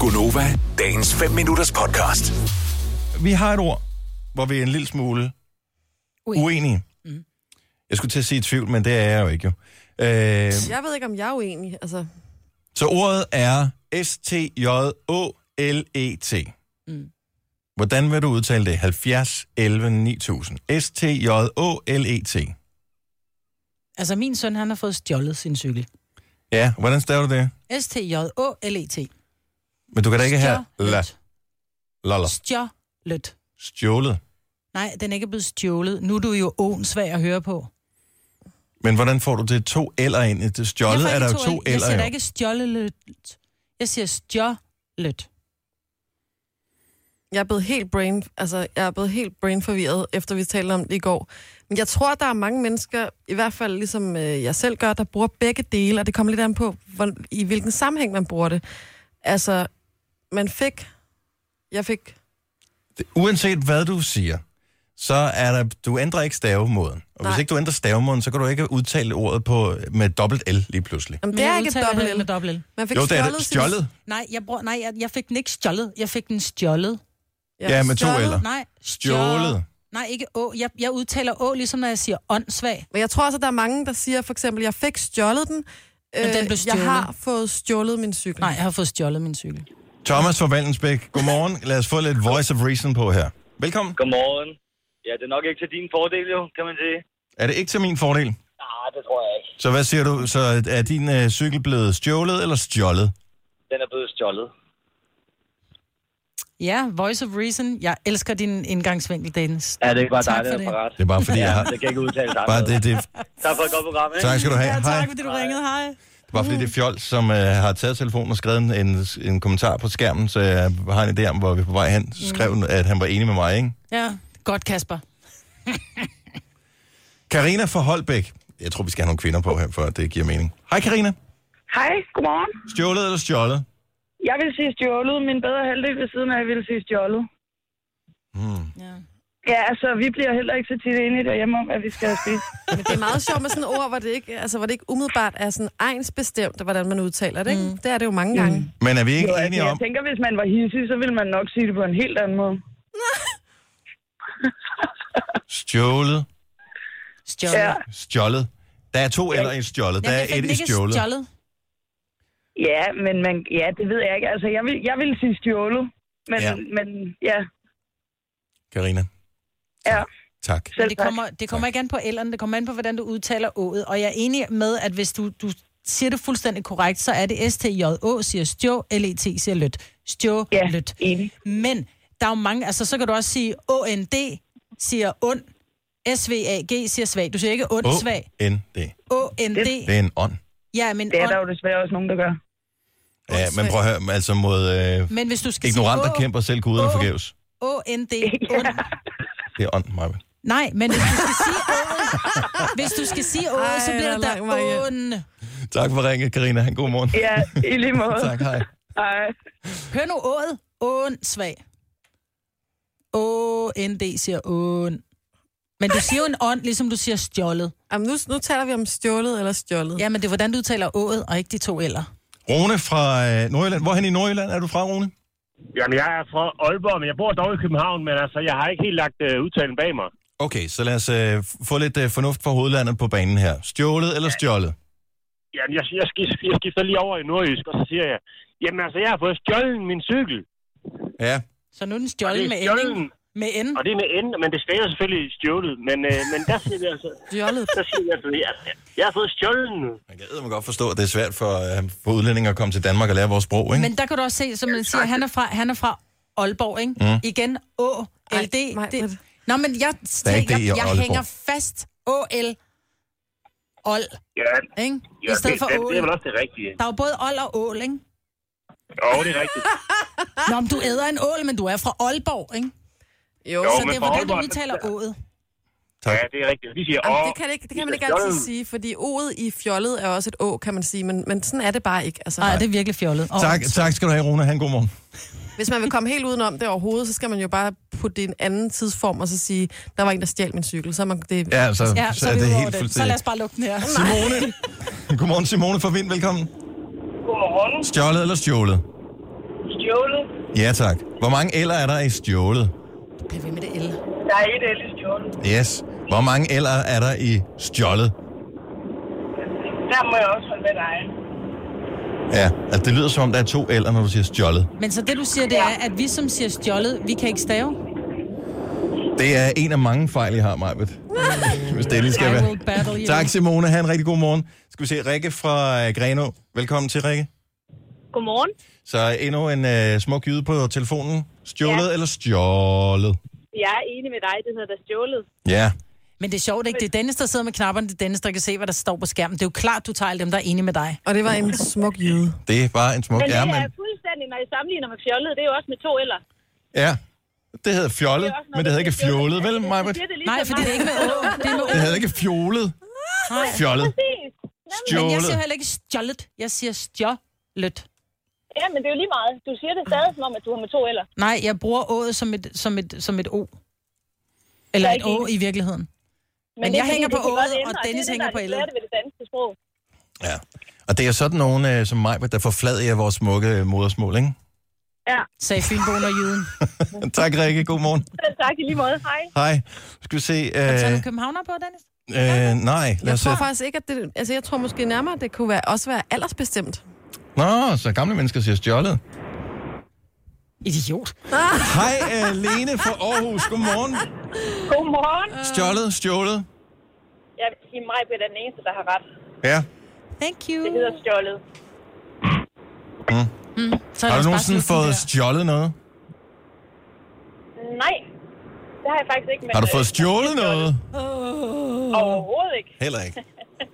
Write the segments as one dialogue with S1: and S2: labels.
S1: Gunova, dagens 5 minutters podcast.
S2: Vi har et ord, hvor vi er en lille smule
S3: Uenige.
S2: uenige.
S4: Mm.
S2: Jeg skulle til at sige i tvivl, men det er jeg jo ikke. jo. Øh,
S3: Jeg ved ikke, om jeg er uenig. Altså,
S2: så ordet er S-T-J-O-L-E-T.
S4: Mm.
S2: E Hvordan vil du udtale det? 70 11 9000. S-T-J-O-L-E-T.
S4: Altså, min søn, han har fået stjålet sin cykel.
S2: Ja, hvordan staver du det?
S4: S-T-J-O-L-E-T.
S2: Men du kan da ikke have la,
S4: E Stjålet.
S2: la, la,
S4: Stjålet.
S2: stjålet.
S4: Nej, den er ikke blevet stjålet. Nu er du jo åndssvag at høre på.
S2: Men hvordan får du det to eller ind? i Det
S4: Jeg får
S2: stjålet er
S4: ikke
S2: der jo to
S4: Jeg
S2: eller
S4: siger da
S2: jo.
S4: ikke stjålet. Jeg siger stjålet.
S3: jeg er blevet helt brain, altså, jeg er blevet helt brainforvirret, efter vi talte om det i går. Men jeg tror, der er mange mennesker, i hvert fald ligesom øh, jeg selv gør, der bruger begge dele, og det kommer lidt an på, hvor, i hvilken sammenhæng man bruger det. Altså, man fik... Jeg fik...
S2: uanset hvad du siger, så er der, du ændrer ikke stavemåden. Og Nej. hvis
S3: Nej.
S2: ikke du ændrer stavemåden, så kan du ikke udtale ordet på, med dobbelt L lige pludselig.
S3: Jamen,
S4: Men
S3: det er
S4: jeg
S3: ikke et
S4: udtaler
S3: dobbelt
S4: heller med
S3: L.
S4: dobbelt L.
S3: Man fik
S2: Jo, det er det.
S3: sin-
S2: Stjålet.
S4: Nej, jeg, bruger, nej jeg, jeg fik den ikke stjålet. Jeg fik den stjålet.
S2: Ja, med to
S3: stjålet.
S2: L'er.
S4: Nej,
S2: Stjålet.
S4: Nej, ikke å. Jeg, jeg udtaler å, ligesom når jeg siger åndssvag.
S3: Men jeg tror også, at der er mange, der siger for eksempel, jeg fik stjålet den, øh,
S4: den blev
S3: jeg
S4: stjålet.
S3: har fået stjålet min cykel.
S4: Nej, jeg har fået stjålet min cykel.
S2: Thomas fra Vallensbæk, godmorgen. Lad os få lidt voice of reason på her. Velkommen.
S5: Godmorgen. Ja, det er nok ikke til din fordel, jo, kan man sige.
S2: Er det ikke til min fordel?
S5: Nej, det tror jeg ikke.
S2: Så hvad siger du? Så er din øh, cykel blevet stjålet eller stjålet?
S5: Den er blevet stjålet.
S4: Ja, voice of reason. Jeg elsker din indgangsvinkel, Dennis.
S5: Ja, det er bare
S4: Tak
S5: dig, der
S4: for
S5: er
S4: det.
S5: parat.
S2: Det er bare fordi, jeg har...
S5: Det kan ikke udtale sig.
S2: Bare det, det,
S5: Tak for et godt program, ikke?
S2: tak skal du have.
S4: Ja,
S2: Hej.
S4: tak, fordi du ringede. Hej.
S2: Det var fordi det er Fjol, som øh, har taget telefonen og skrevet en, en, en kommentar på skærmen, så jeg har en idé om, hvor vi er på vej hen. Så skrev, mm. at han var enig med mig, ikke?
S4: Ja, godt, Kasper.
S2: Karina fra Holbæk. Jeg tror, vi skal have nogle kvinder på her, for at det giver mening. Hej Karina.
S6: Hej, godmorgen.
S2: Stjålet eller stjålet?
S6: Jeg vil sige stjålet. Min bedre halvdel ved siden af, jeg vil sige stjålet.
S4: Ja.
S6: Ja, altså, vi bliver heller ikke så tit enige derhjemme om, at vi skal have spist.
S3: Men det er meget sjovt med sådan et ord, hvor det ikke, altså, hvor det ikke umiddelbart er sådan egensbestemt, hvordan man udtaler det. Ikke? Mm. Det er det jo mange gange. Mm.
S2: Men er vi ikke
S6: Jo,
S2: jo,
S6: altså,
S2: enige
S6: jeg
S2: om...
S6: tænker, hvis man var hissig, så ville man nok sige det på en helt anden måde.
S2: Stjålet,
S4: Stjålet.
S6: Ja,
S2: stjålet. Der er to eller en stjålet. Der
S4: Jamen,
S2: er et
S4: jeg fik den
S2: i
S4: ikke
S2: stjålet.
S4: stjålet.
S6: ja men man, ja, det ved jeg ikke. Altså, jeg vil, jeg vil sige stjålet. Men
S2: Ja.
S6: ja, men, ja,
S2: Karina.
S6: ja
S2: Tak.
S6: selv
S4: Det
S6: tak.
S4: kommer, det kommer ikke an på ælderen, det kommer an på, hvordan du udtaler ået. Og jeg er enig med, at hvis du, du siger det fuldstændig korrekt, så er det STJÅ siger stjå, LET siger lødt. Stjå,
S6: Ja,
S4: lødt.
S6: enig.
S4: Men der er jo mange, altså så kan du også sige OND siger ond, SVAG siger svag. Du siger ikke ond oh. svag.
S2: O-N-D. Det
S4: OND.
S2: er en ånd.
S4: Ja, men,
S6: Det er der
S4: ond,
S6: jo desværre også nogen, der gør.
S2: Ja, men prøv at høre, altså mod øh,
S4: men hvis du skal
S2: ignoranter
S4: sige
S2: kæmper selv kuderne
S4: Åh.
S2: forgæves.
S4: OND, ond.
S2: Det er ånd, Marvin.
S4: Nej, men hvis du skal sige åh, hvis du skal sige åh, så
S3: Ej,
S4: bliver
S3: der er
S4: det der
S3: lang vej hjem.
S4: åen.
S2: Tak for ringet, Karina. Han god morgen.
S6: Ja, i lige måde.
S2: Tak, hej.
S6: Hej.
S4: Hør nu ået. Åen svag. O-N-D siger åen. Men du siger jo en ånd, ligesom du siger stjålet.
S3: Jamen, nu, nu taler vi om stjålet eller stjålet.
S4: Ja, men det er, hvordan du udtaler ået, og ikke de to eller.
S2: Rune fra øh, Nordjylland. Hvorhen i Nordjylland er du fra, Rune?
S7: Jamen, jeg er fra Aalborg, men jeg bor dog i København, men altså, jeg har ikke helt lagt øh, udtalen bag mig.
S2: Okay, så lad os øh, få lidt øh, fornuft fra hovedlandet på banen her. Stjålet eller stjålet?
S7: Jamen, jeg, jeg, skif- jeg skifter lige over i nordjysk, og så siger jeg, jamen altså, jeg har fået stjålet min cykel.
S2: Ja.
S4: Så nu er den
S7: Og det
S4: stjålet
S7: er
S4: med
S7: stjålet,
S4: ending. Med N.
S7: og det er med N, men det stager selvfølgelig stjålet. Men, øh, men der siger vi altså,
S3: Stjålet.
S7: der siger vi altså, jeg, jeg har fået stjålet nu.
S2: Man kan man godt forstå, at det er svært for, øh, for udlændinge at komme til Danmark og lære vores sprog, ikke? Men...
S4: Men der kan du også se, som man siger, han er fra, han er fra Aalborg, ikke? Mm. Igen, Å, L, D.
S3: Ej, mig,
S4: det.
S3: men-
S4: Nå, men jeg,
S2: er
S4: jeg,
S2: ikke det i
S4: jeg, jeg
S2: Aalborg.
S4: hænger fast. Å, L, Ål,
S7: Ja,
S4: ikke?
S7: ja
S4: I stedet
S7: det,
S4: for
S7: det, det, er
S4: Ål.
S7: vel også det rigtige.
S4: Der er jo både Ål og Ål, ikke?
S7: Jo, det er rigtigt.
S4: Nå, men du æder en ål, men du er fra Aalborg, ikke?
S3: Jo,
S7: Jo,
S4: Så
S7: men
S4: det er,
S7: fra
S4: hvordan du
S7: Aalborg,
S4: udtaler
S7: der-
S4: ået.
S2: Tak.
S7: Ja, det er rigtigt. Vi siger, åh,
S3: Jamen, det, kan det, ikke, det kan man ikke altid
S7: Stjålet.
S3: sige, fordi ordet i fjollet er også et å, kan man sige, men, men sådan er det bare ikke. Altså,
S4: Nej, det er virkelig fjollet. Og
S2: Tak, tak skal du have, Rune. Han god morgen.
S3: Hvis man vil komme helt udenom det overhovedet, så skal man jo bare putte det i en anden tidsform, og så sige, der var en, der stjal min cykel. Så er man, det,
S2: Ja, altså, så,
S4: Ja, så, så
S2: er
S4: vi
S2: det
S4: udover
S2: helt
S4: den. Så lad
S2: fuldstændig.
S4: os bare lukke den her.
S2: Simone. Godmorgen, Simone fra Vind. Velkommen.
S6: Godmorgen.
S2: Stjålet eller stjålet?
S6: Stjålet.
S5: stjålet.
S2: Ja, tak. Hvor mange eller er der i stjålet?
S4: Bliv ved med det el.
S5: Der er et el i stjålet.
S2: Yes. Hvor mange eller er der i stjålet?
S5: Der må jeg også holde med dig.
S2: Ja, altså det lyder som om, der er to eller, når du siger stjålet.
S4: Men så det, du siger, det er, at vi som siger stjålet, vi kan ikke stave.
S2: Det er en af mange fejl, I har, Majbet. Hvis det endelig skal
S4: I
S2: være.
S4: will battle you.
S2: Tak, Simone. Ha' en rigtig god morgen. Skal vi se Rikke fra øh, Grenå. Velkommen til, Rikke.
S8: Godmorgen.
S2: Så endnu en øh, smuk jyde på telefonen. Stjålet ja. eller stjålet?
S8: Jeg er enig med dig, det hedder da stjålet.
S2: Ja.
S4: Men det er sjovt, ikke? Det er Dennis, der sidder med knapperne. Det er Dennis, der kan se, hvad der står på skærmen. Det er jo klart, du tager alle dem, der er enige med dig.
S3: Og det var en smuk jyde.
S2: Det er bare en smuk...
S8: Men det
S2: Ja,
S8: er
S2: men,
S8: fuldstændig, når I sammenligner med fjollet, det er jo også med to eller.
S2: ja. Det hedder fjollet,
S8: også, når
S2: men det hedder
S8: siger
S2: ikke fjollet, vel, Majbet?
S8: siger det ligesom
S4: Nej, for det er
S8: mig.
S4: ikke med å. Det er med
S2: Det
S4: å.
S2: hedder ikke fjollet. Fjollet.
S8: Præcis. Nemlig.
S4: Men jeg
S2: Stjålet.
S4: siger jo heller ikke stjålet. Jeg siger stjålet.
S8: Ja, men det er jo lige meget. Du siger det stadig som om, at du har med to eller.
S4: Nej, jeg bruger ået som et, som et, som et o. Eller
S8: Jeg er
S4: et
S8: ikke
S4: å
S8: enig.
S4: i virkeligheden.
S8: Men,
S4: Men
S8: det er
S4: jeg
S8: fordi,
S4: hænger
S8: det
S4: på
S8: kan godt
S4: O'et,
S8: ændre,
S4: og
S8: det er
S4: Dennis
S8: det,
S4: hænger
S8: der er
S4: på
S8: det
S4: L'et.
S8: svære ved det danske sprog.
S2: Ja. Og det er sådan nogen øh, som mig, der forfladiger vores smukke øh, modersmål, ikke?
S4: Sagde Fynboen og Jyden.
S2: tak, Rikke. God morgen.
S8: Selv tak i lige måde. Hej.
S2: Hej. Skal vi se...
S4: Så er
S2: Øh,
S4: du københavner på, Dennis?
S2: øh, nej, lad
S3: Jeg
S2: os se.
S3: tror faktisk ikke, at det... Altså, jeg tror måske nærmere, at det kunne være, også være aldersbestemt.
S2: Nå, så gamle mennesker siger stjålet.
S4: Idiot.
S2: Hej, øh, Lene fra Aarhus. Godmorgen.
S8: Godmorgen.
S2: Stjålet, stjålet.
S8: Jeg vil sige, mig er den eneste, der har ret.
S2: Ja.
S4: Thank you.
S8: Det hedder stjålet.
S4: Mm. Så
S2: Mm. Har du nogensinde fået stjålet noget?
S8: Nej, det har jeg faktisk ikke. Men,
S2: Har du fået
S8: øh,
S2: stjålet
S8: jeg har
S2: noget?
S8: stjålet. Overhovedet ikke.
S2: Heller ikke.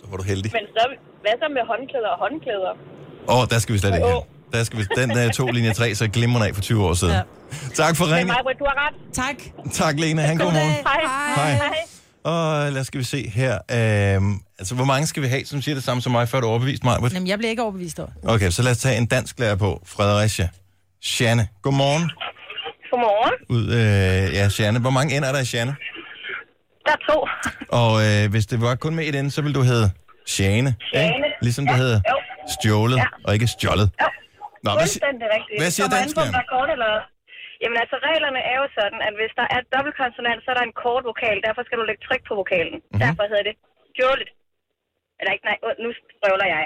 S2: Så var du heldig.
S8: Men så, hvad så med håndklæder og håndklæder?
S2: Åh, oh, der skal vi slet ikke hen. Der skal vi, den der to linje 3, så glimmer af for 20 år siden.
S4: Ja.
S2: Tak for
S8: Men
S2: ringen.
S8: Majbrit, du har ret.
S4: Tak.
S2: Tak, Lene. Han god morgen.
S8: Hej.
S2: Hej.
S8: Hej.
S2: Og lad os skal vi se her. Øhm, altså, hvor mange skal vi have, som siger det samme som mig, før du overbevist mig?
S4: Jamen, jeg bliver ikke overbevist over.
S2: Okay, så lad os tage en dansk lærer på. Fredericia. Sjanne. Godmorgen.
S8: Godmorgen.
S2: Ud, øh, ja, Sjanne. Hvor mange ender er der i Sjanne?
S8: Der er to.
S2: Og øh, hvis det var kun med et ende, så ville du hedde Sjane.
S8: Sjane.
S2: ikke? Ligesom det hedder
S8: jo.
S2: stjålet og ikke stjålet.
S8: Jo.
S2: Nå, hvad, si-
S8: Fuldstændig rigtigt.
S2: hvad siger
S8: Kommer an på, om
S2: danskerne?
S8: der er kort eller... Jamen altså, reglerne er jo sådan, at hvis der er dobbeltkonsonant, så er der en kort vokal. Derfor skal du lægge tryk på vokalen.
S2: Mhm.
S8: Mm-hmm. Derfor hedder det stjålet. Eller ikke, nej, nu sprøvler jeg.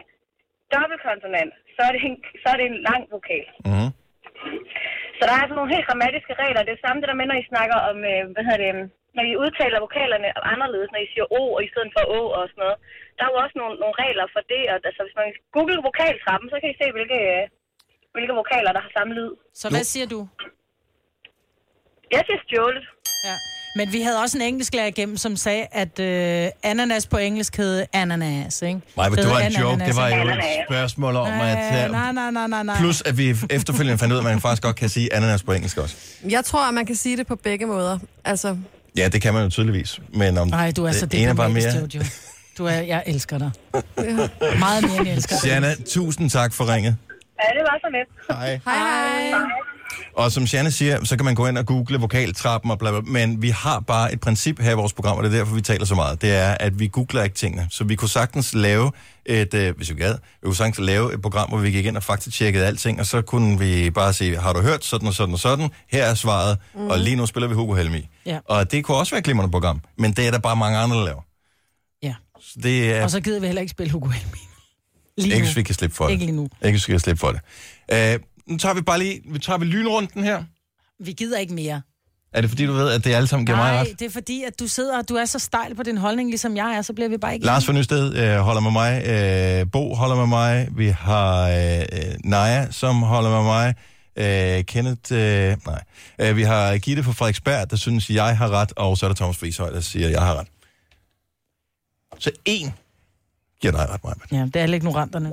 S8: Dobbeltkonsonant, så er det en, så er det en lang vokal.
S2: Mhm.
S8: Så der er altså nogle helt grammatiske regler. Det er samme det der med, når I snakker om, øh, hvad hedder det, øhm, når I udtaler vokalerne anderledes, når I siger O og i stedet for Å og sådan noget. Der er jo også nogle, nogle regler for det, og altså, hvis man googler vokaltrappen, så kan I se, hvilke, øh, hvilke vokaler, der har samme lyd.
S4: Så hvad siger du?
S8: Jeg siger stjålet.
S4: Ja. Men vi havde også en engelsklærer igennem, som sagde, at øh, ananas på engelsk hed ananas, ikke?
S2: Nej, men det
S4: hed
S2: var en
S4: anananas,
S2: joke. Det var
S4: ikke?
S2: jo et
S8: Ananas.
S2: spørgsmål om, at...
S4: Nej,
S2: øh,
S4: nej, nej, nej, nej, nej.
S2: Plus, at vi efterfølgende fandt ud af, at man faktisk godt kan sige ananas på engelsk også.
S3: Jeg tror, at man kan sige det på begge måder. Altså,
S2: Ja, det kan man jo tydeligvis. Men om
S4: Nej, du er så
S2: det ene er bare
S4: diplomatisk,
S2: mere...
S4: Jojo. Du er, jeg elsker dig. Meget mere, end jeg elsker dig.
S2: Shanna, tusind tak for ringet.
S8: Ja, det var så lidt.
S2: Hej.
S3: hej hej.
S2: Og som Shanna siger, så kan man gå ind og google vokaltrappen og bla, bla, bla. Men vi har bare et princip her i vores program, og det er derfor, vi taler så meget. Det er, at vi googler ikke tingene. Så vi kunne sagtens lave et, øh, hvis vi gad, vi kunne sagtens lave et program, hvor vi gik ind og faktatjekkede alting, og så kunne vi bare sige, har du hørt sådan og sådan og sådan? Her er svaret, mm. og lige nu spiller vi Hugo Helmi.
S4: Ja.
S2: Og det kunne også være et glimrende program, men det er der bare mange andre, der laver.
S4: Ja.
S2: Så det er
S4: Og så gider vi heller ikke spille Hugo Helmin. Lige
S2: ikke,
S4: nu.
S2: hvis vi kan slippe for det.
S4: Ikke lige nu.
S2: Ikke, hvis vi kan slippe for det. Øh, nu tager vi bare lige, vi tager vi lynrunden her.
S4: Vi gider ikke mere.
S2: Er det fordi, du ved, at det alle sammen giver mig
S4: Nej,
S2: ret?
S4: det er fordi, at du sidder og du er så stejl på din holdning, ligesom jeg er, så bliver vi bare ikke...
S2: Lars fra Nysted øh, holder med mig. Øh, Bo holder med mig. Vi har øh, øh, Naja, som holder med mig. Øh, Kenneth, øh, nej. Øh, vi har Gitte fra Frederiksberg, der synes, jeg har ret. Og så er der Thomas Friishøj, der siger, jeg har ret. Så en giver dig ret, Maja.
S4: Ja, det er alle ignoranterne.